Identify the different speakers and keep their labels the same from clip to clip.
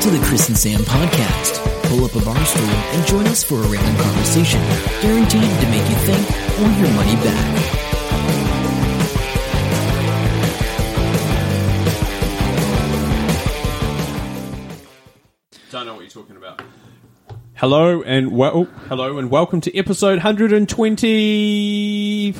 Speaker 1: to the Chris and Sam podcast. Pull up a bar stool and join us for a random conversation, guaranteed to make you think or your money back.
Speaker 2: Don't know what you're talking about. Hello and well, hello and welcome to episode 125.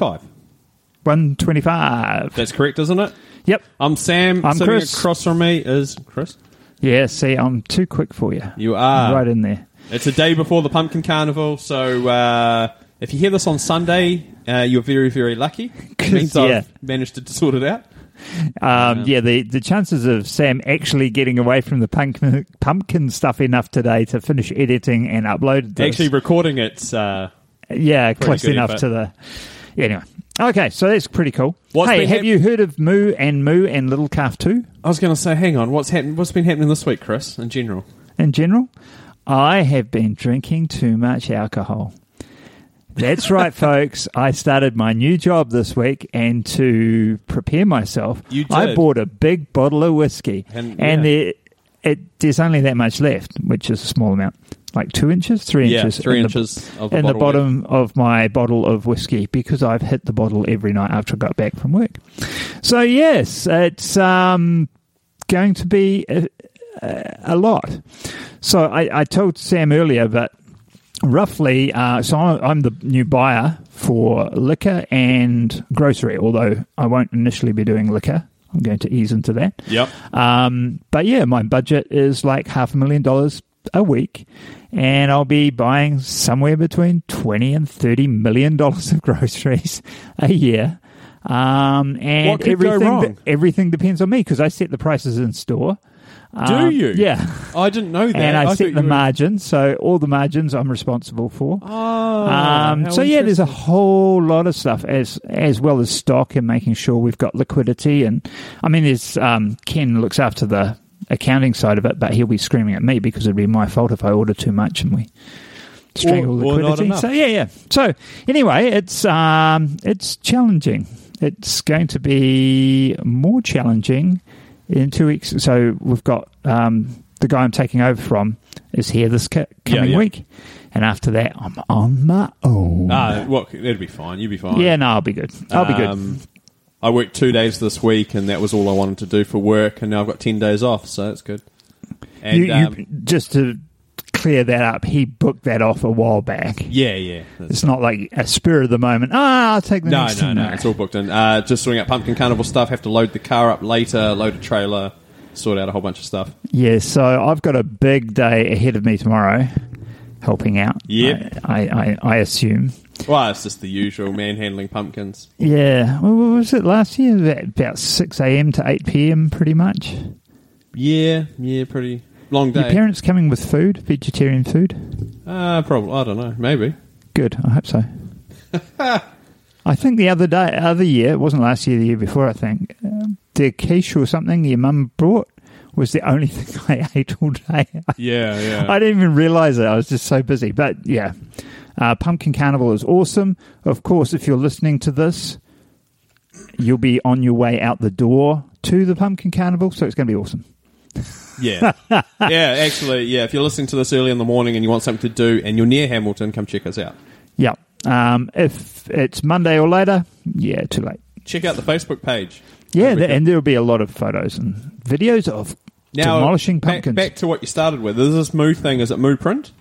Speaker 3: 125.
Speaker 2: That's correct, isn't it?
Speaker 3: Yep.
Speaker 2: I'm Sam.
Speaker 3: I'm
Speaker 2: Sitting
Speaker 3: Chris.
Speaker 2: Across from me is Chris.
Speaker 3: Yeah, see, I'm too quick for you.
Speaker 2: You are.
Speaker 3: Right in there.
Speaker 2: It's a day before the pumpkin carnival, so uh, if you hear this on Sunday, uh, you're very, very lucky. It means
Speaker 3: Yeah.
Speaker 2: I've managed to sort it out.
Speaker 3: Um, yeah, the, the chances of Sam actually getting away from the pumpkin, pumpkin stuff enough today to finish editing and upload this.
Speaker 2: Actually, recording it's uh,
Speaker 3: yeah, close
Speaker 2: good
Speaker 3: enough
Speaker 2: effort.
Speaker 3: to the. Yeah, anyway. Okay, so that's pretty cool.
Speaker 2: What's
Speaker 3: hey,
Speaker 2: been
Speaker 3: have
Speaker 2: hap-
Speaker 3: you heard of Moo and Moo and Little Calf 2
Speaker 2: I was going to say, hang on, what's happened? What's been happening this week, Chris? In general,
Speaker 3: in general? I have been drinking too much alcohol. That's right, folks. I started my new job this week, and to prepare myself,
Speaker 2: You
Speaker 3: I
Speaker 2: did.
Speaker 3: bought a big bottle of whiskey,
Speaker 2: And- yeah.
Speaker 3: and, there, it, there's only that much left, which is a small amount, like two inches, three
Speaker 2: Yeah,
Speaker 3: inches,
Speaker 2: three
Speaker 3: in the-
Speaker 2: inches of a
Speaker 3: in the
Speaker 2: bottle
Speaker 3: bottom of my bottle of whiskey because I've hit the bottle every night after I got back from work. So yes, it's um, going to be a, a lot. So I, I told Sam earlier, but roughly, uh, so I'm, I'm the new buyer for liquor and grocery, although I won't initially be doing liquor. I'm going to ease into that.
Speaker 2: yep.
Speaker 3: Um, but yeah, my budget is like half a million dollars a week, and I'll be buying somewhere between twenty and thirty million dollars of groceries a year. Um, and
Speaker 2: What could go
Speaker 3: everything
Speaker 2: wrong?
Speaker 3: de- everything depends on me because I set the prices in store.
Speaker 2: Do
Speaker 3: Um,
Speaker 2: you?
Speaker 3: Yeah,
Speaker 2: I didn't know that.
Speaker 3: and I,
Speaker 2: thought
Speaker 3: set
Speaker 2: you
Speaker 3: the
Speaker 2: were-
Speaker 3: margin, so all the margins I'm responsible for.
Speaker 2: Oh,
Speaker 3: Um,
Speaker 2: how
Speaker 3: so yeah, there's a
Speaker 2: interesting.
Speaker 3: whole lot of stuff as as well as stock and making sure we've got liquidity. And I mean, there's um, Ken looks after the accounting side of it, but he'll be screaming at me because it'd be my fault if I order too much and we strangle
Speaker 2: Or- or not
Speaker 3: liquidity.
Speaker 2: enough.
Speaker 3: so yeah, yeah. So anyway, it's um, it's challenging. It's going to be more challenging in two weeks. So we've got um, the guy I'm taking over from is here this ca-
Speaker 2: Yeah,
Speaker 3: coming
Speaker 2: yeah.
Speaker 3: week, and after that I'm on my own.
Speaker 2: Ah, well, it'd be fine. You'd be fine.
Speaker 3: yeah, no, I'll be good. I'll be good.
Speaker 2: Um, I worked two days this week, and that was all I wanted to do for work, and now I've got ten days off, so that's good. And
Speaker 3: you, you,
Speaker 2: um,
Speaker 3: just to clear that up, he booked that off a while back.
Speaker 2: yeah, yeah.
Speaker 3: It's not like a spur of the moment. Ah, I'll take the
Speaker 2: no,
Speaker 3: next
Speaker 2: no,
Speaker 3: thing.
Speaker 2: no. It's all booked in. Uh, just sorting out pumpkin carnival stuff. Have to load the car up later. Load a trailer. Sort out a whole bunch of stuff.
Speaker 3: Yeah, so I've got a big day ahead of me tomorrow, helping out.
Speaker 2: Yep.
Speaker 3: I, I, I, I assume.
Speaker 2: Well, it's just the usual manhandling pumpkins.
Speaker 3: Yeah. Well, what was it last year? About- About 6 a.m. to 8 p.m., pretty much.
Speaker 2: Yeah, yeah, pretty long
Speaker 3: Your
Speaker 2: day.
Speaker 3: parents coming with food, vegetarian food?
Speaker 2: uh, probably. I don't know. Maybe.
Speaker 3: Good. I hope so. I think the other day, other year, it wasn't last year, the year before, I think, um, the quiche or something your mum brought was the only thing I ate all day.
Speaker 2: Yeah, yeah.
Speaker 3: I didn't even realize it. I was just so busy. But yeah, uh, Pumpkin Carnival is awesome. Of course, if you're listening to this, you'll be on your way out the door to the Pumpkin Carnival. So it's going to be awesome.
Speaker 2: Yeah. yeah, actually, yeah. If you're listening to this early in the morning and you want something to do and you're near Hamilton, come check us out.
Speaker 3: Yeah. Um, if it's Monday or later, yeah, too late.
Speaker 2: Check out the Facebook page.
Speaker 3: Yeah,
Speaker 2: There we
Speaker 3: th-
Speaker 2: go.
Speaker 3: and there'll be a lot of photos and videos of
Speaker 2: Now,
Speaker 3: demolishing
Speaker 2: back,
Speaker 3: pumpkins.
Speaker 2: back to what you started with. Is this Moo thing? Is it Moo print?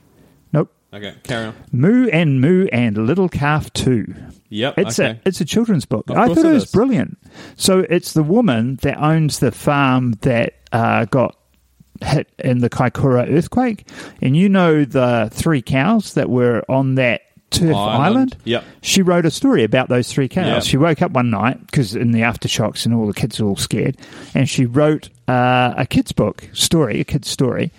Speaker 3: Nope.
Speaker 2: Okay, carry on.
Speaker 3: Moo and Moo and Little Calf 2.
Speaker 2: Yep.
Speaker 3: It's
Speaker 2: okay.
Speaker 3: a it's a children's book.
Speaker 2: Of
Speaker 3: I
Speaker 2: course
Speaker 3: thought
Speaker 2: it
Speaker 3: it was
Speaker 2: is.
Speaker 3: brilliant. So it's the woman that owns the farm that uh, got hit in the Kaikoura earthquake, and you know the three cows that were on that turf
Speaker 2: Island.
Speaker 3: island.
Speaker 2: Yep.
Speaker 3: She wrote a story about those three cows.
Speaker 2: Yep.
Speaker 3: She woke up one night because in the aftershocks and all the kids are all scared, and she wrote uh, a kids book story, a kids story.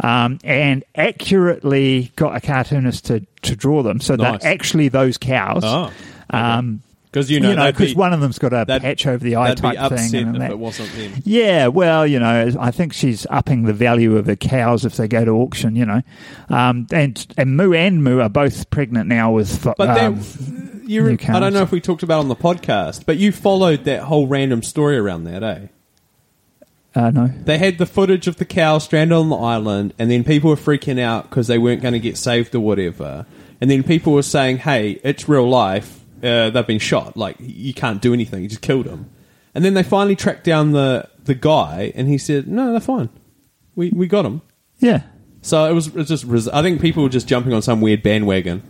Speaker 3: Um, and accurately got a cartoonist to, to draw them, so
Speaker 2: Nice.
Speaker 3: they're actually those cows.
Speaker 2: Oh,
Speaker 3: Um,
Speaker 2: because you
Speaker 3: you
Speaker 2: know,
Speaker 3: know,
Speaker 2: they'd
Speaker 3: because
Speaker 2: be-
Speaker 3: one of them's got a
Speaker 2: they'd-
Speaker 3: patch over the eye
Speaker 2: they'd
Speaker 3: type
Speaker 2: be upset
Speaker 3: thing.
Speaker 2: if
Speaker 3: And
Speaker 2: it
Speaker 3: that.
Speaker 2: wasn't them.
Speaker 3: Yeah, well, you know, I think she's upping the value of her cows if they go to auction. You know, um, and and Moo and Moo are both pregnant now with. fo-
Speaker 2: But
Speaker 3: um,
Speaker 2: then, you
Speaker 3: new
Speaker 2: I don't
Speaker 3: cows.
Speaker 2: know if we talked about it on the podcast, but you followed that whole random story around that, eh?
Speaker 3: Uh, no.
Speaker 2: They had the footage of the cow stranded on the island, and then people were freaking out because they weren't going to get saved or whatever. And then people were saying, "Hey, it's real life. Uh, they've been shot. Like you can't do anything. You just killed them." And then they finally tracked down the the guy, and he said, "No, they're fine. We we got them."
Speaker 3: Yeah.
Speaker 2: So it was, it was just. res- I think people were just jumping on some weird bandwagon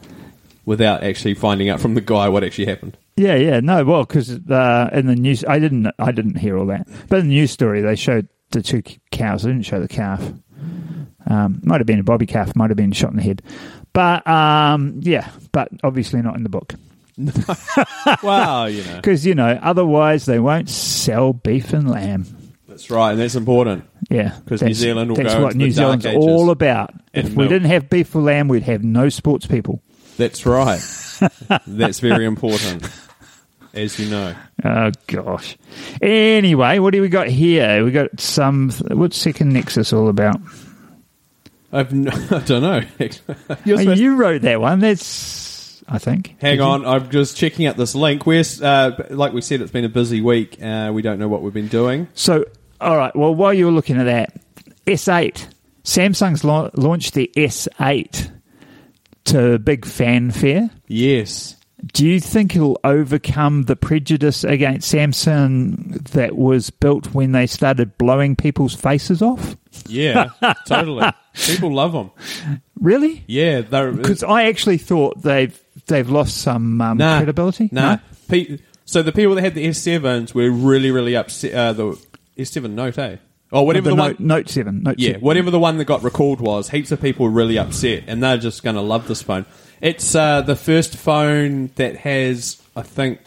Speaker 2: without actually finding out from the guy what actually happened.
Speaker 3: Yeah, yeah, no, well, because uh, in the news, I didn't, I didn't hear all that. But in the news story, they showed the two c- cows. They didn't show the calf. Um, might have been a bobby calf. Might have been shot in the head. But um, yeah, but obviously not in the book
Speaker 2: Wow, you know
Speaker 3: because you know otherwise they won't sell beef and lamb.
Speaker 2: that's right, and that's important.
Speaker 3: Yeah,
Speaker 2: 'Cause New
Speaker 3: that's-
Speaker 2: Zealand will
Speaker 3: that's
Speaker 2: go
Speaker 3: what
Speaker 2: into
Speaker 3: New
Speaker 2: the dark
Speaker 3: Zealand's
Speaker 2: ages
Speaker 3: all about.
Speaker 2: and
Speaker 3: If we
Speaker 2: milk.
Speaker 3: didn't have beef or lamb, we'd have no sports people.
Speaker 2: That's right. that's very important, as you know.
Speaker 3: Oh gosh. Anyway, what do we got here? We got some. What's Second Nexus all about?
Speaker 2: I've n- I don't know. You're
Speaker 3: Oh,
Speaker 2: supposed-
Speaker 3: you wrote that one. That's I think.
Speaker 2: Hang on, I'm just checking out this link. We're uh, like we said, it's been a busy week. Uh, we don't know what we've been doing.
Speaker 3: So, all right. Well, while you were looking at that, S8. Samsung's la- launched the S8 to big fanfare.
Speaker 2: Yes,
Speaker 3: Do you think it'll overcome the prejudice against Samsung that was built when they started blowing people's faces off?
Speaker 2: yeah, totally. People love them.
Speaker 3: Really?
Speaker 2: Yeah, they're
Speaker 3: Because I actually thought they've they've lost some um,
Speaker 2: Nah.
Speaker 3: credibility.
Speaker 2: Nah. Pe- so the people that had the S7s were really, really upset. Uh, the S7 Note, eh? Oh, whatever
Speaker 3: the,
Speaker 2: the, one.
Speaker 3: Note, Note Seven. Note
Speaker 2: yeah,
Speaker 3: 7.
Speaker 2: whatever the one that got recalled was. Heaps of people were really upset, and they're just going to love this phone. It's uh, the first phone that has, I think,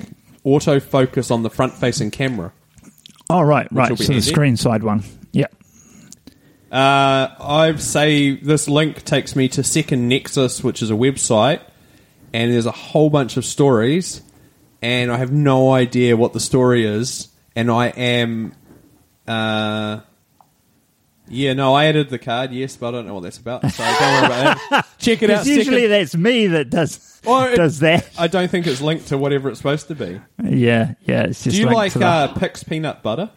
Speaker 2: autofocus on the front-facing camera.
Speaker 3: Oh right, right.
Speaker 2: will be
Speaker 3: So the
Speaker 2: handy.
Speaker 3: screen side one. Yeah.
Speaker 2: Uh, I say this link takes me to Second Nexus, which is a website, and there's a whole bunch of stories, and I have no idea what the story is, and I am, uh, yeah, no, I added the card, yes, but I don't know what that's about, so don't worry about that. Check it out.
Speaker 3: Because usually
Speaker 2: Second-
Speaker 3: that's me that does
Speaker 2: Or it-
Speaker 3: does that.
Speaker 2: I don't think it's linked to whatever it's supposed to be.
Speaker 3: Yeah, yeah. It's just
Speaker 2: Do you
Speaker 3: linked
Speaker 2: like
Speaker 3: to the-
Speaker 2: uh, Pix peanut butter?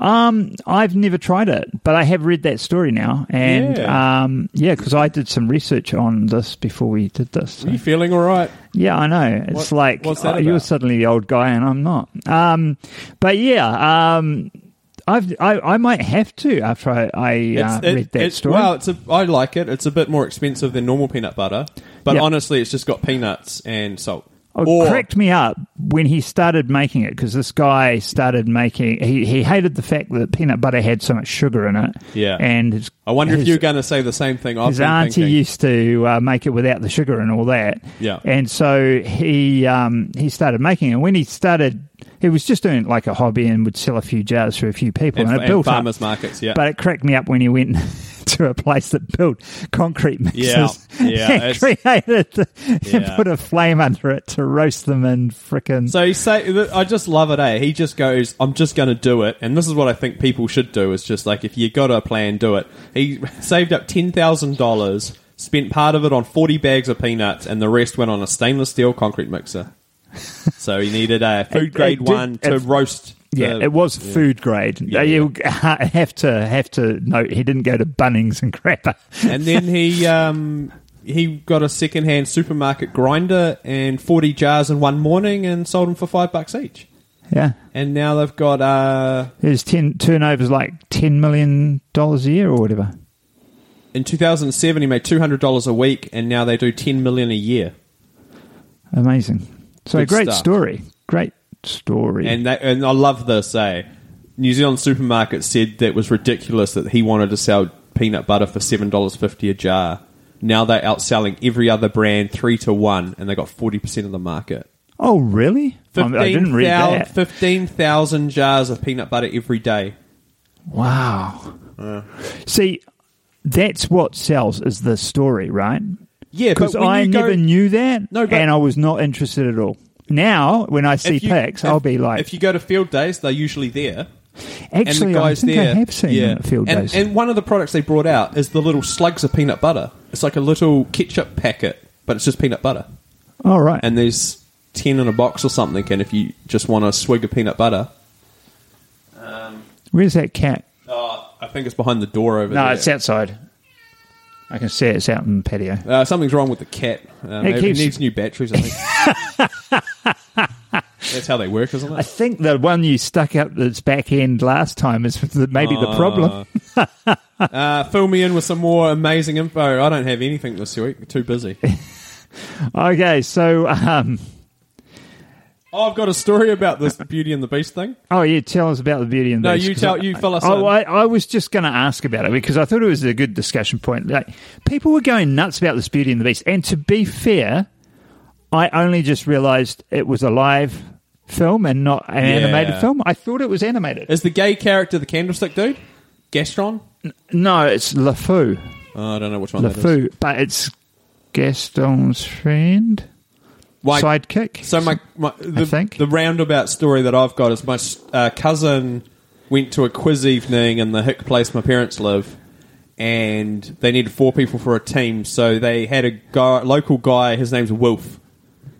Speaker 3: um, I've never tried it, but I have read that story now, and
Speaker 2: Yeah.
Speaker 3: um, yeah, because I did some research on this before we did this. so-
Speaker 2: Are you feeling all right?
Speaker 3: Yeah, I know. It's
Speaker 2: What-
Speaker 3: like
Speaker 2: what's that
Speaker 3: uh, you're
Speaker 2: about?
Speaker 3: suddenly the old guy, and I'm not. Um, but yeah, um, I've I, I might have to after I, I uh,
Speaker 2: It's- it-
Speaker 3: read that
Speaker 2: it's-
Speaker 3: story.
Speaker 2: Well, it's a, I like it. It's a bit more expensive than normal peanut butter, but
Speaker 3: Yeah.
Speaker 2: honestly, it's just got peanuts and salt.
Speaker 3: Oh, cracked me up when he started making it because this guy started making. He, he hated the fact that peanut butter had so much sugar in it.
Speaker 2: Yeah.
Speaker 3: and his,
Speaker 2: I wonder
Speaker 3: his-
Speaker 2: if you're going to say the same thing. I've
Speaker 3: his
Speaker 2: been
Speaker 3: auntie
Speaker 2: thinking.
Speaker 3: used to uh, make it without the sugar and all that.
Speaker 2: Yeah.
Speaker 3: and so he um, he started making it. When he started, he was just doing it like a hobby and would sell a few jars to a few people,
Speaker 2: and,
Speaker 3: and, it
Speaker 2: and
Speaker 3: built up.
Speaker 2: farmers markets. Yeah,
Speaker 3: But it cracked me up when he went to a place that built concrete mixers
Speaker 2: Yeah, yeah,
Speaker 3: and
Speaker 2: it's-
Speaker 3: created the, and
Speaker 2: Yeah.
Speaker 3: put a flame under it to roast them in frickin'
Speaker 2: so he say, I just love it. Eh, he just goes, "I'm just going to do it," and this is what I think people should do: is just like if you got a plan, do it. He saved up ten thousand dollars, spent part of it on forty bags of peanuts, and the rest went on a stainless steel concrete mixer. so he needed a
Speaker 3: It-
Speaker 2: food
Speaker 3: it
Speaker 2: grade
Speaker 3: did-
Speaker 2: one to
Speaker 3: it-
Speaker 2: roast.
Speaker 3: Yeah,
Speaker 2: the-
Speaker 3: it was food grade.
Speaker 2: uh, Yeah,
Speaker 3: you have to have to note he didn't go to Bunnings and Crapper.
Speaker 2: and then he um, he got a secondhand supermarket grinder and forty jars in one morning and sold them for five bucks each.
Speaker 3: yeah,
Speaker 2: And now they've got uh,
Speaker 3: his ten turnovers like ten million dollars a year or whatever.
Speaker 2: in 2007 he made two hundred dollars a week, and now they do ten million a year.
Speaker 3: Amazing. So
Speaker 2: Good
Speaker 3: great
Speaker 2: stuff.
Speaker 3: story. Great story.
Speaker 2: And that, and I love this. Eh? New Zealand supermarket said that was ridiculous that he wanted to sell peanut butter for seven dollars fifty a jar. Now they're outselling every other brand three to one, and they got forty percent of the market.
Speaker 3: oh, really? I mean, I didn't read that.
Speaker 2: 15,000 jars of peanut butter every day.
Speaker 3: Wow. See, that's what sells is the story, right?
Speaker 2: Yeah, but
Speaker 3: because
Speaker 2: when
Speaker 3: I
Speaker 2: you go-
Speaker 3: never knew that,
Speaker 2: No, but-
Speaker 3: and I was not interested at all. Now, when I see
Speaker 2: If you-
Speaker 3: packs,
Speaker 2: if-
Speaker 3: I'll be like,
Speaker 2: if you go to field days, they're usually there.
Speaker 3: actually,
Speaker 2: and the guys
Speaker 3: I think
Speaker 2: there,
Speaker 3: I have seen
Speaker 2: yeah.
Speaker 3: them at field
Speaker 2: and,
Speaker 3: days.
Speaker 2: And one of the products they brought out is the little slugs of peanut butter. It's like a little ketchup packet, but it's just peanut butter.
Speaker 3: all right,
Speaker 2: And there's ten in a box or something. And if you just want a swig of peanut butter,
Speaker 3: where's that cat?
Speaker 2: I think it's behind the door over
Speaker 3: No,
Speaker 2: there.
Speaker 3: it's outside. I can see it's out in the patio.
Speaker 2: uh, something's wrong with the cat. Uh, maybe it
Speaker 3: keeps-
Speaker 2: needs new batteries. I think. That's how they work, isn't
Speaker 3: I
Speaker 2: it?
Speaker 3: think the one you stuck out its back end last time is the, maybe
Speaker 2: Ah.
Speaker 3: the problem.
Speaker 2: Uh, fill me in with some more amazing info. I don't have anything this week. Too busy.
Speaker 3: Okay, so um,
Speaker 2: Oh, I've got a story about this Beauty and the Beast thing.
Speaker 3: oh, yeah, tell us about the Beauty and the
Speaker 2: No,
Speaker 3: Beast,
Speaker 2: you
Speaker 3: 'cause
Speaker 2: tell-
Speaker 3: I-
Speaker 2: you fill us
Speaker 3: Oh,
Speaker 2: in.
Speaker 3: I, I was just going to ask about it because I thought it was a good discussion point. Like people were going nuts about this Beauty and the Beast, and to be fair, I only just realised it was a live film and not an
Speaker 2: Yeah.
Speaker 3: animated film. I thought it was animated.
Speaker 2: Is the gay character the candlestick dude? Gastron?
Speaker 3: no, it's LeFou.
Speaker 2: Oh, I don't know which one that is.
Speaker 3: LeFou, but it's Gaston's friend,
Speaker 2: Why-
Speaker 3: sidekick.
Speaker 2: So my, my the,
Speaker 3: think.
Speaker 2: the roundabout story that I've got is my uh, cousin went to a quiz evening in the hick place my parents live, and they needed four people for a team. So they had a guy, local guy. His name's Wolf,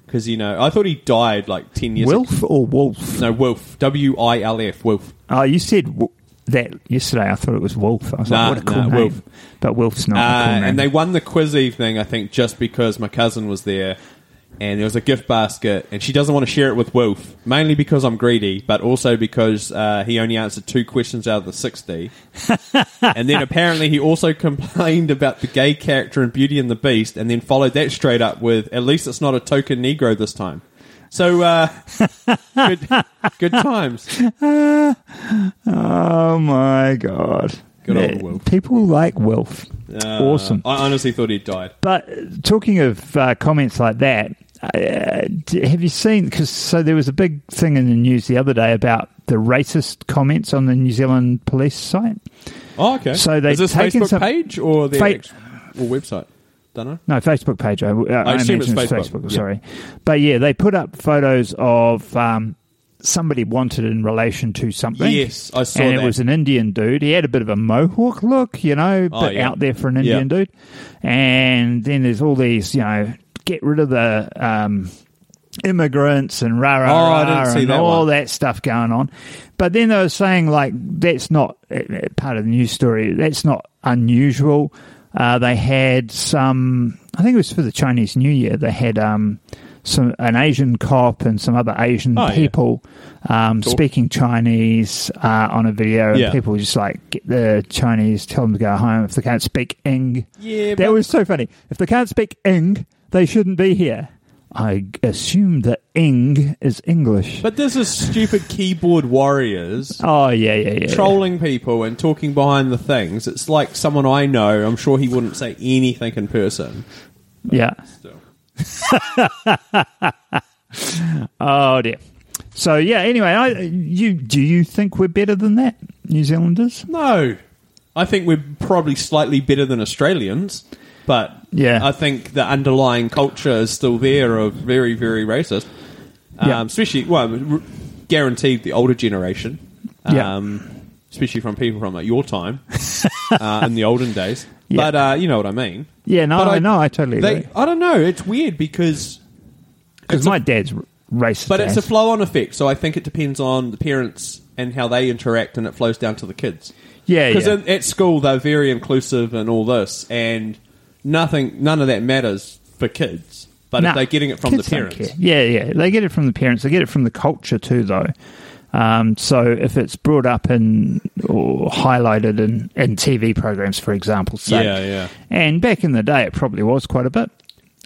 Speaker 2: because you know I thought he died like ten years. ago.
Speaker 3: Wilf or Wolf?
Speaker 2: No, Wolf. W I L F. Wolf.
Speaker 3: Oh, you said w- that yesterday. I thought it was Wolf. I was
Speaker 2: Nah,
Speaker 3: like, what a cool
Speaker 2: nah,
Speaker 3: name.
Speaker 2: Wolf.
Speaker 3: But Wolf's not. a cool
Speaker 2: Uh,
Speaker 3: name.
Speaker 2: and they won the quiz evening, I think, just because my cousin was there, and there was a gift basket, and she doesn't want to share it with Wolf, mainly because I'm greedy, but also because uh, he only answered two questions out of the sixty. and then apparently he also complained about the gay character in Beauty and the Beast, and then followed that straight up with, "At least it's not a token Negro this time." So uh, good, good times.
Speaker 3: Oh my god!
Speaker 2: Good old
Speaker 3: Yeah,
Speaker 2: Wilf.
Speaker 3: People like Wilf.
Speaker 2: Uh,
Speaker 3: awesome.
Speaker 2: I honestly thought he died.
Speaker 3: But uh, talking of uh, comments like that, uh, d- have you seen? Because so there was a big thing in the news the other day about the racist comments on the New Zealand police site.
Speaker 2: Oh, okay.
Speaker 3: So they've
Speaker 2: is this
Speaker 3: taken
Speaker 2: Facebook
Speaker 3: some-
Speaker 2: page or their
Speaker 3: Fa-
Speaker 2: ex- or website? Don't know.
Speaker 3: No, Facebook page. I, I, I
Speaker 2: assume it's
Speaker 3: imagine it's
Speaker 2: Facebook,
Speaker 3: Facebook.
Speaker 2: yeah.
Speaker 3: Sorry, but yeah, they put up photos of um, somebody wanted in relation to something.
Speaker 2: Yes, I saw
Speaker 3: and
Speaker 2: that.
Speaker 3: it was an Indian dude. He had a bit of a mohawk look, you know,
Speaker 2: Oh,
Speaker 3: but
Speaker 2: yeah.
Speaker 3: out there for an Indian
Speaker 2: Yeah.
Speaker 3: dude. And then there's all these, you know, get rid of the um, immigrants and rah rah
Speaker 2: Oh, I
Speaker 3: rah,
Speaker 2: didn't see
Speaker 3: and
Speaker 2: that
Speaker 3: all
Speaker 2: one.
Speaker 3: that stuff going on. But then they were saying like that's not uh, uh, part of the news story. That's not unusual. Uh, they had some. I think it was for the Chinese New Year. They had um, some an Asian cop and some other Asian
Speaker 2: Oh, yeah.
Speaker 3: people um, speaking Chinese uh, on a video, and
Speaker 2: Yeah.
Speaker 3: people were just like get the Chinese, tell them to go home if they can't speak Ing.
Speaker 2: Yeah,
Speaker 3: that
Speaker 2: but-
Speaker 3: was so funny. If they can't speak Ing, they shouldn't be here. I g- assume that Ing is English.
Speaker 2: But this is stupid keyboard warriors
Speaker 3: oh yeah, yeah, yeah.
Speaker 2: trolling people and talking behind the things. It's like someone I know. I'm sure he wouldn't say anything in person.
Speaker 3: Yeah.
Speaker 2: Still.
Speaker 3: Oh dear. So yeah. Anyway, I, you do you think we're better than that, New Zealanders?
Speaker 2: No, I think we're probably slightly better than Australians, but
Speaker 3: Yeah.
Speaker 2: I think the underlying culture is still there of very, very racist. Um,
Speaker 3: Yeah.
Speaker 2: Especially, well, r- guaranteed the older generation.
Speaker 3: Yeah.
Speaker 2: Um, especially from people from like your time uh, in the olden days.
Speaker 3: Yeah.
Speaker 2: But uh, you know what I mean.
Speaker 3: Yeah. No,
Speaker 2: But
Speaker 3: I know. I totally
Speaker 2: They,
Speaker 3: agree.
Speaker 2: I don't know. It's weird because
Speaker 3: Because my dad's r- racist.
Speaker 2: but it's a
Speaker 3: ass.
Speaker 2: flow on effect, so I think it depends on the parents and how they interact, and it flows down to the kids.
Speaker 3: Yeah,
Speaker 2: Because
Speaker 3: yeah.
Speaker 2: at school they're very inclusive and all this, and nothing, none of that matters for kids. But
Speaker 3: Nah,
Speaker 2: if they're getting it from the
Speaker 3: kids don't
Speaker 2: parents,
Speaker 3: care. Yeah, yeah. They get it from the parents. They get it from the culture too, though. Um, so if it's brought up in or highlighted in, in TV programs, for example, say.
Speaker 2: Yeah, yeah.
Speaker 3: And back in the day, it probably was quite a bit.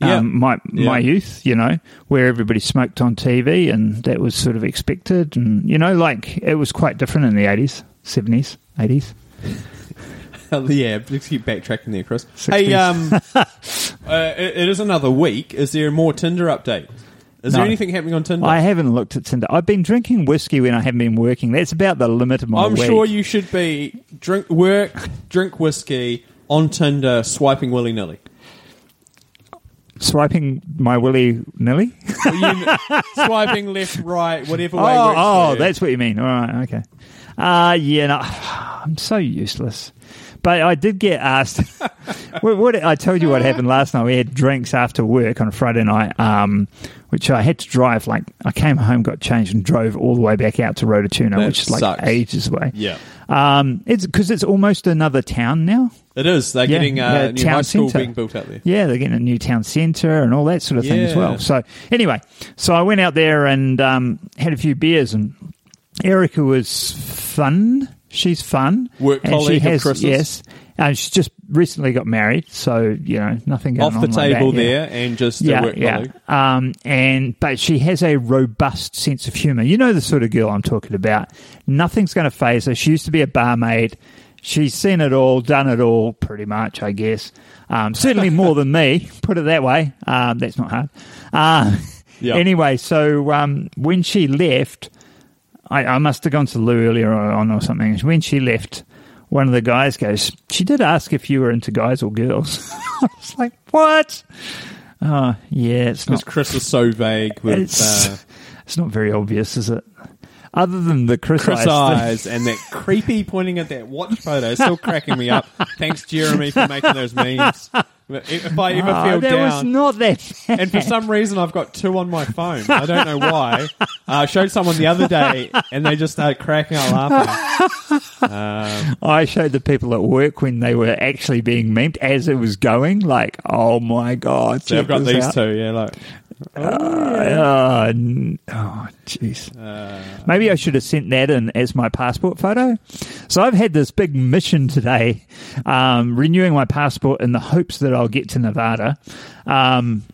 Speaker 2: Yeah.
Speaker 3: Um, my my
Speaker 2: Yeah.
Speaker 3: youth, you know, where everybody smoked on TV, and that was sort of expected, and you know, like it was quite different in the eighties, seventies, eighties.
Speaker 2: yeah, just keep backtracking there, Chris. Hey,
Speaker 3: Sixties.
Speaker 2: um, uh, it, it is another week. Is there more Tinder update? Is there
Speaker 3: No.
Speaker 2: anything happening on Tinder?
Speaker 3: I haven't looked at Tinder. I've been drinking whiskey when I haven't been working. That's about the limit of my.
Speaker 2: I'm
Speaker 3: week.
Speaker 2: sure you should be drink work, drink whiskey on Tinder, swiping willy nilly.
Speaker 3: swiping my willy nilly.
Speaker 2: swiping left, right, whatever way.
Speaker 3: Oh,
Speaker 2: works
Speaker 3: oh
Speaker 2: for you.
Speaker 3: that's what you mean. All right, okay. Uh, yeah, no, I'm so useless. But I did get asked. what, what, I told you what happened last night. We had drinks after work on Friday night, um, which I had to drive. Like I came home, got changed, and drove all the way back out to Rototuna,
Speaker 2: That
Speaker 3: which is like
Speaker 2: sucks.
Speaker 3: ages away.
Speaker 2: Yeah.
Speaker 3: Um, it's because it's almost another town now.
Speaker 2: It is. They're
Speaker 3: Yeah,
Speaker 2: getting uh,
Speaker 3: yeah,
Speaker 2: a new
Speaker 3: town
Speaker 2: high school
Speaker 3: centre.
Speaker 2: being built out there.
Speaker 3: Yeah, they're getting a new town centre and all that sort of thing as
Speaker 2: Yeah.
Speaker 3: well. So anyway, so I went out there and um, had a few beers, and Erica was fun. She's fun.
Speaker 2: Work
Speaker 3: and
Speaker 2: colleague of Chris's.
Speaker 3: yes, and she's just recently got married, so you know nothing going
Speaker 2: Off the
Speaker 3: on like
Speaker 2: table
Speaker 3: that, yeah.
Speaker 2: there and just a work colleague.
Speaker 3: Um, and but she has a robust sense of humor. You know the sort of girl I'm talking about. Nothing's going to phase her. She used to be a barmaid. She's seen it all, done it all, pretty much, I guess. Um, certainly more than me, put it that way. Um, that's not hard. Uh,
Speaker 2: Yeah.
Speaker 3: Anyway, so um, when she left, I, I must have gone to the loo earlier on or something. When she left, one of the guys goes, She did ask if you were into guys or girls. I was like, What? Oh, yeah, it's
Speaker 2: Because
Speaker 3: not.
Speaker 2: Chris is so vague with
Speaker 3: It's,
Speaker 2: uh,
Speaker 3: it's not very obvious, is it? Other than the Chris,
Speaker 2: Chris
Speaker 3: eyes.
Speaker 2: eyes and that creepy pointing at that watch photo is still cracking me up. Thanks, Jeremy, for making those memes. If I ever
Speaker 3: Oh,
Speaker 2: feel
Speaker 3: that was
Speaker 2: down.
Speaker 3: not that. bad.
Speaker 2: and for some reason, I've got two on my phone. I don't know why. Uh, I showed someone the other day, and they just started cracking up laughing.
Speaker 3: I showed the people at work when they were actually being memed as it was going. Like, oh my god!
Speaker 2: So
Speaker 3: check
Speaker 2: I've got
Speaker 3: this
Speaker 2: these
Speaker 3: out.
Speaker 2: two. Yeah, like
Speaker 3: Uh, n- oh, jeez. Maybe I should have sent that in as my passport photo. So I've had this big mission today, um, renewing my passport in the hopes that I'll get to Nevada. Um,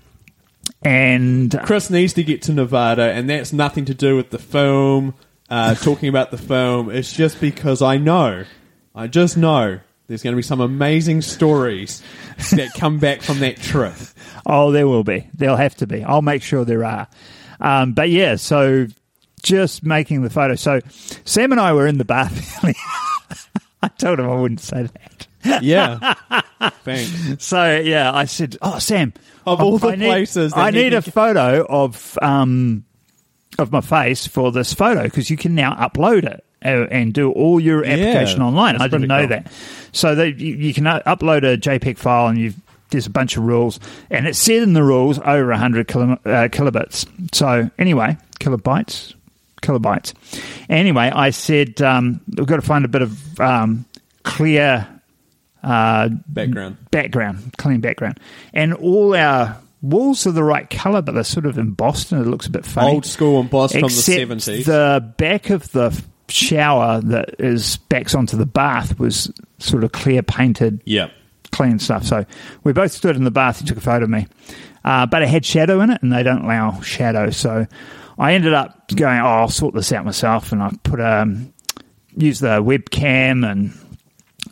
Speaker 3: and
Speaker 2: Chris needs to get to Nevada, and that's nothing to do with the film. Uh, talking about the film, it's just because I know, I just know there's going to be some amazing stories that come back from that trip.
Speaker 3: Oh, there will be. There'll have to be. I'll make sure there are. Um, but yeah, so just making the photo. So Sam and I were in the bath. earlier. I told him I wouldn't say that.
Speaker 2: Yeah, thanks.
Speaker 3: So yeah, I said, "Oh, Sam,
Speaker 2: Of all the
Speaker 3: I need-
Speaker 2: places that
Speaker 3: I
Speaker 2: you
Speaker 3: need
Speaker 2: can
Speaker 3: a photo of um of my face for this photo because you can now upload it." uh, And do all your application online.
Speaker 2: that's
Speaker 3: I didn't
Speaker 2: pretty
Speaker 3: know
Speaker 2: cool.
Speaker 3: that. So that you, you can u- upload a JPEG file, and you've, there's a bunch of rules, and it said in the rules over 100 kilo, uh, kilobits. So anyway, kilobytes, kilobytes. Anyway, I said um, we've got to find a bit of um, clear uh,
Speaker 2: Background.
Speaker 3: background, clean background, and all our walls are the right color, but they're sort of embossed and it looks a bit funny.
Speaker 2: Old school embossed from the
Speaker 3: Except
Speaker 2: 70s.
Speaker 3: The back of the f- shower that is backs onto the bath was sort of clear painted,
Speaker 2: Yeah.
Speaker 3: clean stuff. So we both stood in the bath. He took a photo of me, uh, but it had shadow in it, and they don't allow shadow. So I ended up going, "Oh, I'll sort this out myself," and I put um, used the webcam and.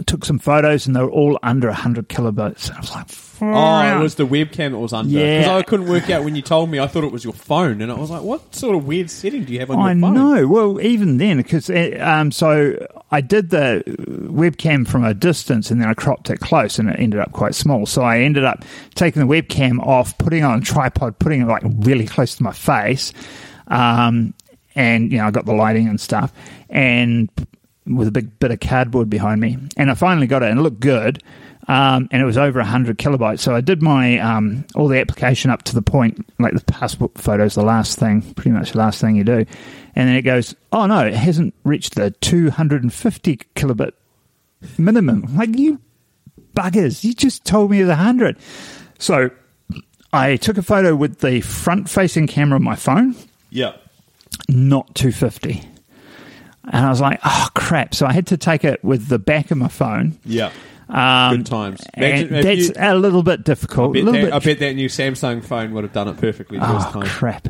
Speaker 3: Took some photos and they were all under 100 kilobytes. And I was like,
Speaker 2: Oh, it was the webcam that was under. Because
Speaker 3: Yeah.
Speaker 2: I couldn't work out when you told me. I thought it was your phone, and I was like, "What sort of weird setting do you have on
Speaker 3: I
Speaker 2: your phone?"
Speaker 3: know. Well, even then, because um, so I did the webcam from a distance, and then I cropped it close, and it ended up quite small. So I ended up taking the webcam off, putting it on a tripod, putting it like really close to my face, um, and you know I got the lighting and stuff, and with a big bit of cardboard behind me, and I finally got it, and it looked good. Um, and it was over 100 kilobytes. So I did my um, all the application up to the point, like the passport photos, the last thing, pretty much the last thing you do. And then it goes, oh no, it hasn't reached the 250 kilobit minimum. I'm Like, you buggers, you just told me it was 100. So I took a photo with the front facing camera on my phone
Speaker 2: Yeah.
Speaker 3: not 250. And I was like, oh, crap. So I had to take it with the back of my phone.
Speaker 2: Yeah.
Speaker 3: Um,
Speaker 2: Good times.
Speaker 3: and
Speaker 2: Imagine if
Speaker 3: that's
Speaker 2: you-
Speaker 3: a little bit difficult.
Speaker 2: Bet
Speaker 3: a little
Speaker 2: that-
Speaker 3: bit
Speaker 2: I bet that new Samsung phone would have done it perfectly the first
Speaker 3: Oh,
Speaker 2: time.
Speaker 3: crap.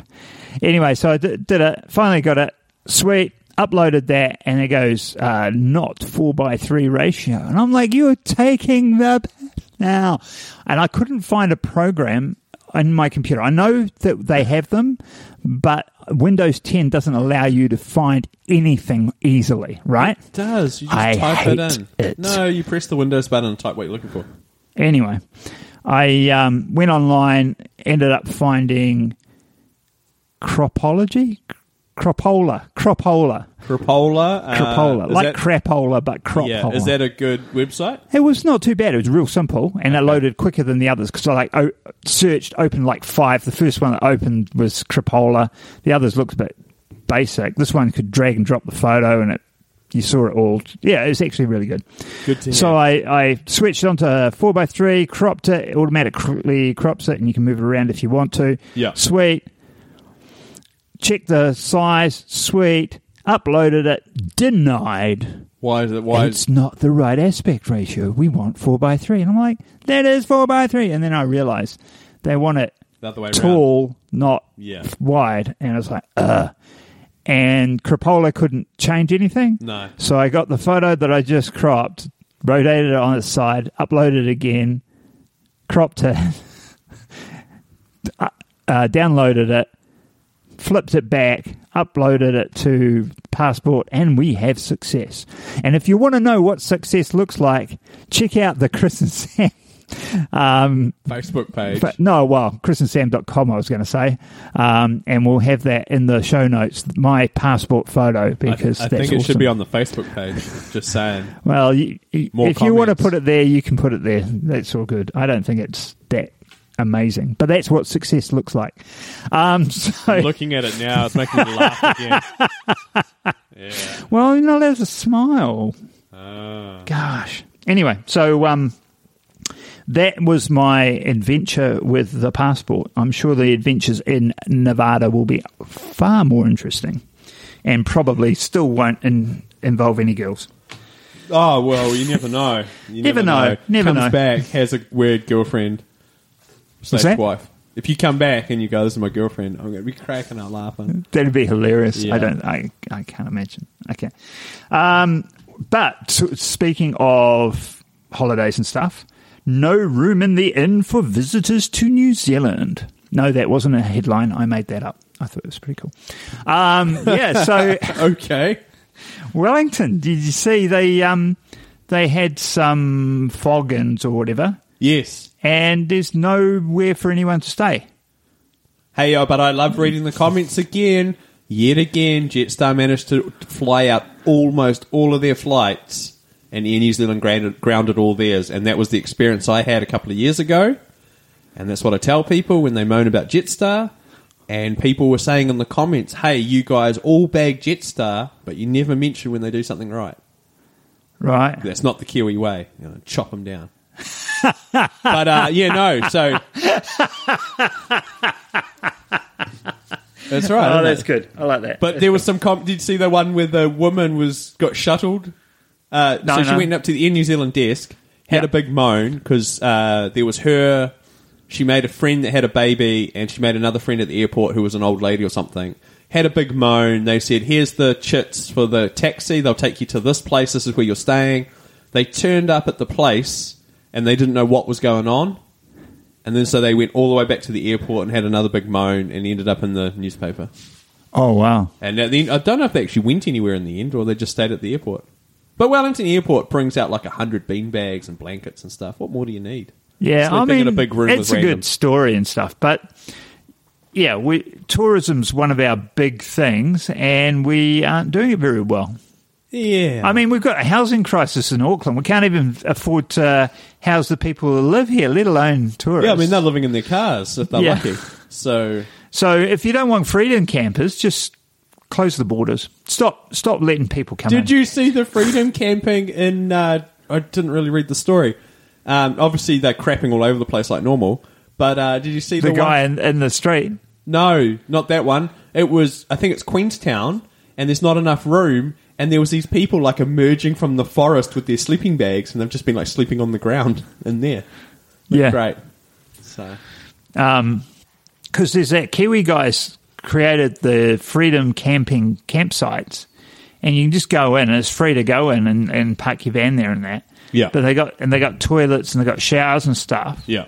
Speaker 3: Anyway, so I did, did it, finally got it, sweet, uploaded that, and it goes, uh, not 4 by 3 ratio. And I'm like, you're taking the piss now. And I couldn't find a program on my computer. I know that they have them, but Windows 10 doesn't allow you to find anything easily, right?
Speaker 2: It does. You just
Speaker 3: I
Speaker 2: type it
Speaker 3: hate
Speaker 2: in.
Speaker 3: it.
Speaker 2: No, you press the Windows button and type what you're looking for.
Speaker 3: Anyway, I um, went online, ended up finding cropology, Cropola. Cropola.
Speaker 2: Crapola. uh,
Speaker 3: Cropola.
Speaker 2: is that-
Speaker 3: like crapola, but cropola.
Speaker 2: Yeah, is that a good website?
Speaker 3: It was not too bad. It was real simple, and it loaded quicker than the others because I like o- searched, opened like five. The first one that opened was Crapola. The others looked a bit basic. This one could drag and drop the photo, and it you saw it all. Yeah, it was actually really good.
Speaker 2: Good to hear.
Speaker 3: So I, I switched onto 4x3, cropped it, it automatically crops it, and you can move it around if you want to.
Speaker 2: Yeah.
Speaker 3: Sweet. Check the size. Sweet. Uploaded it. Denied
Speaker 2: Why is it? Why is
Speaker 3: it's not the right aspect ratio. We want four by three. And I'm like, that is four by three. And then I realized they want it
Speaker 2: the other way around?
Speaker 3: tall, not
Speaker 2: Yeah.
Speaker 3: wide. And I was like, ugh. And Crapola couldn't change anything.
Speaker 2: No.
Speaker 3: So I got the photo that I just cropped, rotated it on its side, uploaded it again, cropped it, uh, uh, downloaded it, flipped it back, uploaded it to Passport, and we have success. And if you want to know what success looks like, check out the Chris and Sam. Um,
Speaker 2: Facebook page.
Speaker 3: but no, well, chrisandsam.com, I was going to say. Um, and we'll have that in the show notes, my passport photo,
Speaker 2: I,
Speaker 3: because
Speaker 2: I
Speaker 3: that's
Speaker 2: think it
Speaker 3: awesome.
Speaker 2: should be on the Facebook page. Just saying.
Speaker 3: Well, you, you-
Speaker 2: More
Speaker 3: if you want to
Speaker 2: comments.
Speaker 3: put it there, you can put it there. That's all good. I don't think it's that amazing, but that's what success looks like. Um, so,
Speaker 2: Looking at it now, it's making me laugh again. Yeah.
Speaker 3: well, you know, there's a smile.
Speaker 2: Ah.
Speaker 3: Gosh. Anyway, so um, that was my adventure with the passport. I'm sure the adventures in Nevada will be far more interesting, and probably still won't in, involve any girls.
Speaker 2: Oh well, you never know. You
Speaker 3: Never know. Never
Speaker 2: Comes
Speaker 3: know.
Speaker 2: back, has a weird girlfriend slash
Speaker 3: that?
Speaker 2: wife. If you come back and you go, "This is my girlfriend," I'm going to be cracking up laughing.
Speaker 3: That'd be hilarious.
Speaker 2: Yeah.
Speaker 3: I don't. I, I can't imagine. Okay. Um, but so, speaking of holidays and stuff, no room in the inn for visitors to New Zealand. No, that wasn't a headline. I made that up. I thought it was pretty cool. Um, yeah. So
Speaker 2: Okay.
Speaker 3: Wellington, did you see they um, they had some foggins or whatever,
Speaker 2: Yes.
Speaker 3: and there's nowhere for anyone to stay.
Speaker 2: Hey, oh, but I love reading the comments again. Yet again, Jetstar managed to fly out almost all of their flights, and Air New Zealand grounded, grounded all theirs. And that was the experience I had a couple of years ago. And that's what I tell people when they moan about Jetstar. And people were saying in the comments, hey, you guys all bag Jetstar, but you never mention when they do something right.
Speaker 3: Right.
Speaker 2: That's not the Kiwi way. You know, chop them down. but uh, yeah, no. So that's right. isn't it?
Speaker 3: Oh, good. I like that.
Speaker 2: But there was some. Com- Did you see the one where the woman was got shuttled? Uh,
Speaker 3: No,
Speaker 2: so she
Speaker 3: no.
Speaker 2: went up to the Air New Zealand desk, had
Speaker 3: Yeah.
Speaker 2: a big moan because uh, there was her. She made a friend that had a baby, and she made another friend at the airport who was an old lady or something. Had a big moan. They said, "Here's the chits for the taxi. They'll take you to this place. This is where you're staying." They turned up at the place, and they didn't know what was going on. And then so they went all the way back to the airport and had another big moan, and ended up in the newspaper.
Speaker 3: oh wow.
Speaker 2: And at the end, I don't know if they actually went anywhere in the end or they just stayed at the airport. But Wellington Airport brings out like a hundred bean bags and blankets and stuff. What more do you need?
Speaker 3: Yeah,
Speaker 2: Sleeping
Speaker 3: I mean,
Speaker 2: in a big room
Speaker 3: it's
Speaker 2: with
Speaker 3: a
Speaker 2: random.
Speaker 3: good story and stuff, but yeah, we tourism's one of our big things, and we aren't doing it very well.
Speaker 2: Yeah,
Speaker 3: I mean, we've got a housing crisis in Auckland. We can't even afford to house the people who live here, let alone tourists.
Speaker 2: yeah, I mean they're living in their cars if they're
Speaker 3: Yeah.
Speaker 2: lucky. So
Speaker 3: so if you don't want freedom campers, just close the borders. Stop, stop letting people come in.
Speaker 2: Did you see the freedom camping in? Uh, I didn't really read the story. Um, obviously, they're crapping all over the place like normal. But uh, did you see the,
Speaker 3: the
Speaker 2: one-
Speaker 3: guy in, in the street?
Speaker 2: No, not that one. It was, I think it's Queenstown, and there's not enough room, and there was these people like emerging from the forest with their sleeping bags, and they've just been like sleeping on the ground in there.
Speaker 3: Yeah.
Speaker 2: Great. So
Speaker 3: because there's that Kiwi guys created the freedom camping campsites, and you can just go in. and It's free to go in and, and park your van there and that.
Speaker 2: Yeah.
Speaker 3: But they got and they got toilets and they got showers and stuff.
Speaker 2: yeah,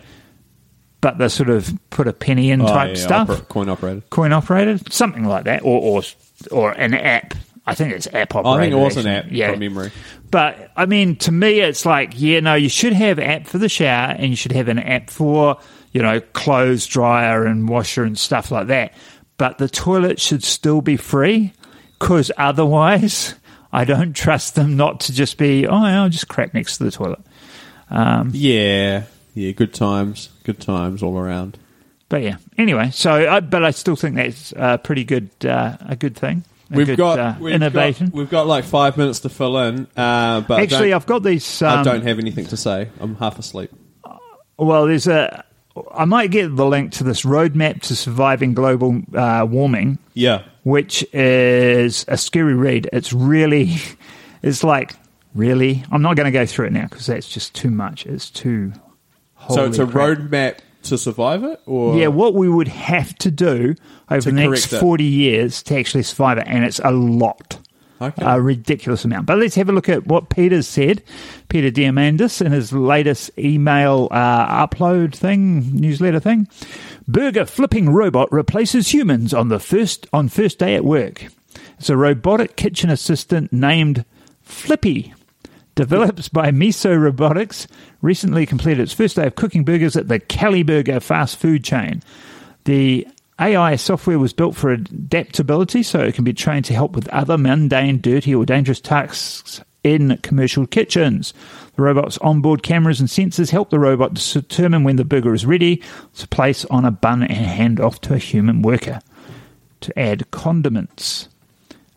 Speaker 3: But they sort of put a penny
Speaker 2: Oh,
Speaker 3: in type stuff,
Speaker 2: coin operated.
Speaker 3: coin operated, something like that, or or or an app. I think it's app operated.
Speaker 2: Oh, I think it was an
Speaker 3: actually.
Speaker 2: app from memory.
Speaker 3: But I mean, to me, it's like, yeah, no, you should have an app for the shower, and you should have an app for you know clothes dryer and washer and stuff like that. but the toilet should still be free because otherwise I don't trust them not to just be, oh, I'll just crack next to the toilet.
Speaker 2: Yeah, yeah. Good times, good times all around.
Speaker 3: But yeah, anyway, so I, but I still think that's a pretty good, uh, a good thing. a
Speaker 2: We've
Speaker 3: good,
Speaker 2: got
Speaker 3: uh,
Speaker 2: we've
Speaker 3: innovation.
Speaker 2: Got, we've got like five minutes to fill in, uh, but
Speaker 3: Actually,
Speaker 2: I
Speaker 3: I've got these.
Speaker 2: don't,
Speaker 3: Um,
Speaker 2: I don't have anything to say. I'm half asleep.
Speaker 3: Well, there's a. I might get the link to this roadmap to surviving global uh, warming,
Speaker 2: Yeah,
Speaker 3: which is a scary read. It's really, it's like really. I'm not going to go through it now because that's just too much. It's too.
Speaker 2: so
Speaker 3: holy
Speaker 2: it's a
Speaker 3: crap.
Speaker 2: roadmap to survive it, or
Speaker 3: Yeah, what we would have to do over
Speaker 2: To
Speaker 3: the next
Speaker 2: correct it.
Speaker 3: 40 years to actually survive it, and it's a lot.
Speaker 2: Okay.
Speaker 3: A ridiculous amount. But let's have a look at what Peter's said. Peter Diamandis in his latest email uh, upload thing, newsletter thing. Burger flipping robot replaces humans on the first on first day at work. It's a robotic kitchen assistant named Flippy developed by Miso Robotics, recently completed its first day of cooking burgers at the Cali Burger fast food chain. The AI software was built for adaptability, so it can be trained to help with other mundane, dirty, or dangerous tasks in commercial kitchens. The robot's onboard cameras and sensors help the robot to determine when the burger is ready to place on a bun and hand off to a human worker to add condiments.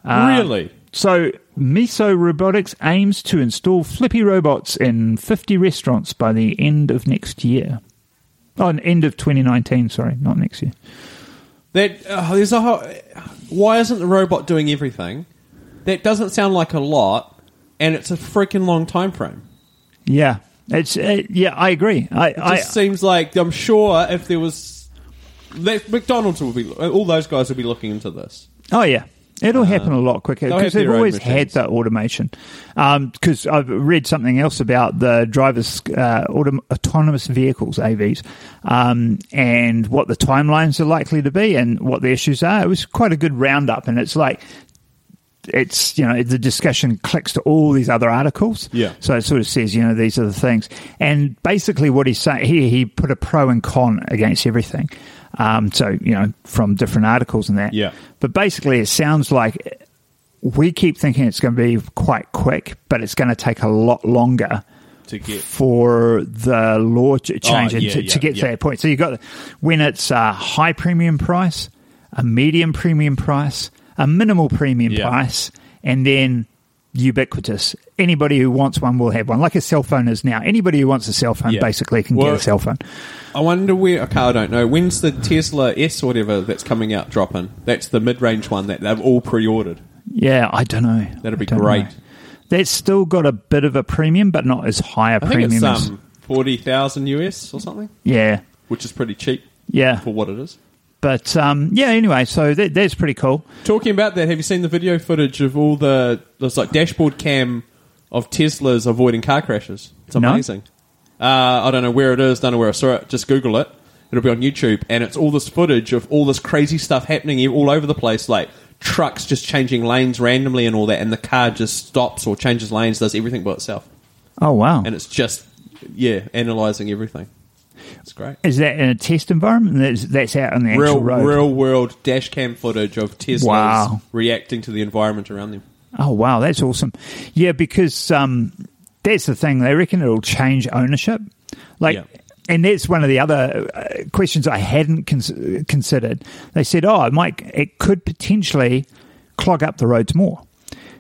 Speaker 3: uh,
Speaker 2: really?
Speaker 3: So, Miso Robotics aims to install flippy robots in 50 restaurants by the end of next year. Oh, n- end of 2019, sorry, not next year.
Speaker 2: That uh, there's a whole, why isn't the robot doing everything? That doesn't sound like a lot, and it's a freaking long time frame.
Speaker 3: Yeah. It's uh, yeah, I agree. I,
Speaker 2: It
Speaker 3: I
Speaker 2: just seems like I'm sure if there was that McDonald's will be all those guys will be looking into this.
Speaker 3: oh yeah, it'll happen a lot quicker
Speaker 2: Uh, they'll
Speaker 3: because
Speaker 2: have
Speaker 3: they've
Speaker 2: their own
Speaker 3: always had
Speaker 2: machines.
Speaker 3: that automation. Because I've read something else about the drivers' uh, autom- autonomous vehicles (AVs) um, and what the timelines are likely to be and what the issues are. It was quite a good roundup, and it's like it's you know the discussion clicks to all these other articles.
Speaker 2: Yeah.
Speaker 3: So it sort of says you know these are the things, and basically what he's saying here, he put a pro and con against everything. Um, so you know from different articles and that.
Speaker 2: Yeah.
Speaker 3: But basically, it sounds like we keep thinking it's going to be quite quick, but it's going to take a lot longer
Speaker 2: To get-
Speaker 3: for the law to change
Speaker 2: Oh,
Speaker 3: and
Speaker 2: yeah,
Speaker 3: to,
Speaker 2: yeah,
Speaker 3: to get
Speaker 2: yeah.
Speaker 3: to that point. So you've got when it's a high premium price, a medium premium price, a minimal premium
Speaker 2: Yeah.
Speaker 3: price, and then ubiquitous. Anybody who wants one will have one, like a cell phone is now. Anybody who wants a cell phone
Speaker 2: Yeah.
Speaker 3: basically can
Speaker 2: Well-
Speaker 3: get a cell phone.
Speaker 2: I wonder where. Okay, I don't know. When's the Tesla S or whatever that's coming out dropping? That's the mid-range one that they've all pre-ordered.
Speaker 3: Yeah, I don't know.
Speaker 2: That'd be
Speaker 3: I don't
Speaker 2: great.
Speaker 3: know. That's still got a bit of a premium, but not as high a
Speaker 2: I think
Speaker 3: premium
Speaker 2: it's
Speaker 3: as
Speaker 2: um, forty thousand US or something,
Speaker 3: yeah,
Speaker 2: which is pretty cheap
Speaker 3: yeah.
Speaker 2: for what it is.
Speaker 3: But um, yeah, anyway, so that, that's pretty cool.
Speaker 2: Talking about that, have you seen the video footage of all the there's like dashboard cam of Teslas avoiding car crashes? It's
Speaker 3: No.
Speaker 2: amazing. Uh, I don't know where it is, don't know where I saw it. Just Google it. It'll be on YouTube, and it's all this footage of all this crazy stuff happening e-, all over the place, like trucks just changing lanes randomly and all that, and the car just stops or changes lanes, does everything by itself,
Speaker 3: Oh wow!
Speaker 2: and it's just yeah, analyzing everything. It's great.
Speaker 3: Is that in a test environment? That's, that's out on the actual
Speaker 2: Real,
Speaker 3: road.
Speaker 2: real world dash cam footage of Teslas
Speaker 3: Wow.
Speaker 2: reacting to the environment around them.
Speaker 3: Oh wow, that's awesome. Yeah, because um, that's the thing. They reckon it'll change ownership. Like,
Speaker 2: Yeah.
Speaker 3: and that's one of the other uh, questions I hadn't cons- considered. They said, "Oh, it might. It could potentially clog up the roads more."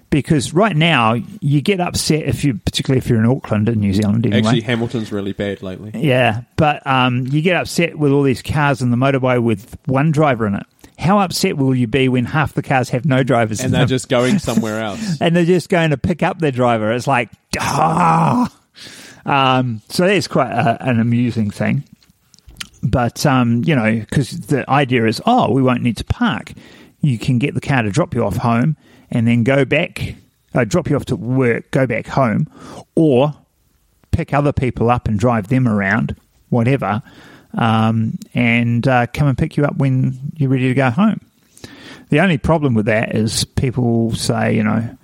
Speaker 3: Because right now you get upset if you, particularly if you're in Auckland in New Zealand, anyway.
Speaker 2: Actually, Hamilton's really bad lately.
Speaker 3: Yeah, but um, you get upset with all these cars in the motorway with one driver in it. How upset will you be when half the cars have no drivers in
Speaker 2: and they're
Speaker 3: them?
Speaker 2: just going somewhere else.
Speaker 3: and they're just going to pick up their driver? It's like, ah. Um, so that's quite a, an amusing thing. But, um, you know, because the idea is, oh, we won't need to park. You can get the car to drop you off home and then go back, uh, drop you off to work, go back home, or pick other people up and drive them around, whatever, um, and uh, come and pick you up when you're ready to go home. The only problem with that is people say, you know,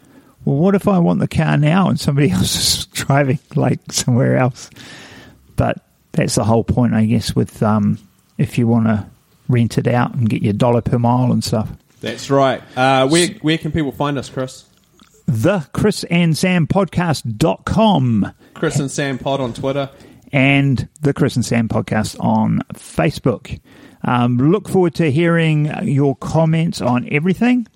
Speaker 3: well, what if I want the car now and somebody else is driving like somewhere else? But that's the whole point, I guess, with um, if you want to rent it out and get your dollar per mile and stuff.
Speaker 2: That's right. Uh, where where can people find us, Chris?
Speaker 3: The Chris and Sam Podcast.com
Speaker 2: Chris and Sam Pod on Twitter.
Speaker 3: and the Chris and Sam podcast on Facebook. Um, look forward to hearing your comments on everything.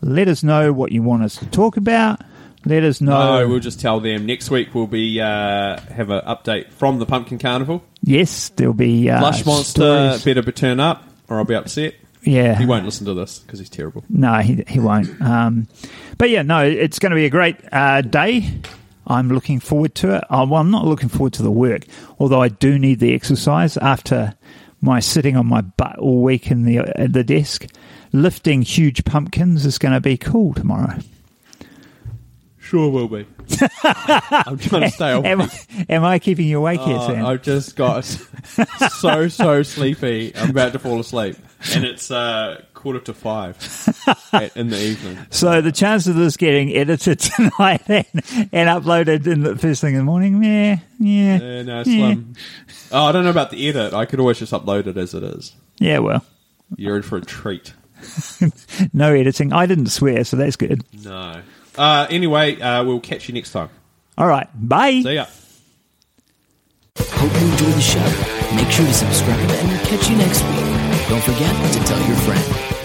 Speaker 3: Let us know what you want us to talk about. Let us know.
Speaker 2: No, Uh, we'll just tell them next week we'll be uh, have an update from the Pumpkin Carnival.
Speaker 3: yes, there'll be uh,
Speaker 2: Lush Monster
Speaker 3: stories.
Speaker 2: better turn up, or I'll be upset.
Speaker 3: Yeah,
Speaker 2: He won't listen to this because he's terrible.
Speaker 3: No, he, he won't. Um, but yeah, no, it's going to be a great uh, day. I'm looking forward to it. Oh, well, I'm not looking forward to the work, although I do need the exercise after my sitting on my butt all week in the at the desk. Lifting huge pumpkins is going to be cool tomorrow.
Speaker 2: Sure, will be. I'm trying to stay
Speaker 3: Am
Speaker 2: awake.
Speaker 3: I, am I keeping you awake here,
Speaker 2: Oh,
Speaker 3: Sam?
Speaker 2: I've just got so so sleepy. I'm about to fall asleep, and it's uh, quarter to five at, in the evening.
Speaker 3: So the chance of this getting edited tonight and, and uploaded in the first thing in the morning, yeah, yeah,
Speaker 2: Uh, no,
Speaker 3: yeah.
Speaker 2: Slim. Oh, I don't know about the edit. I could always just upload it as it is.
Speaker 3: yeah. Well,
Speaker 2: You're in for a treat.
Speaker 3: no editing. I didn't swear, so that's good.
Speaker 2: No. Uh, anyway, uh, we'll catch you next time.
Speaker 3: All right, bye.
Speaker 2: See ya.
Speaker 1: Hope you enjoyed the show. Make sure to subscribe and we'll catch you next week. Don't forget to tell your friend.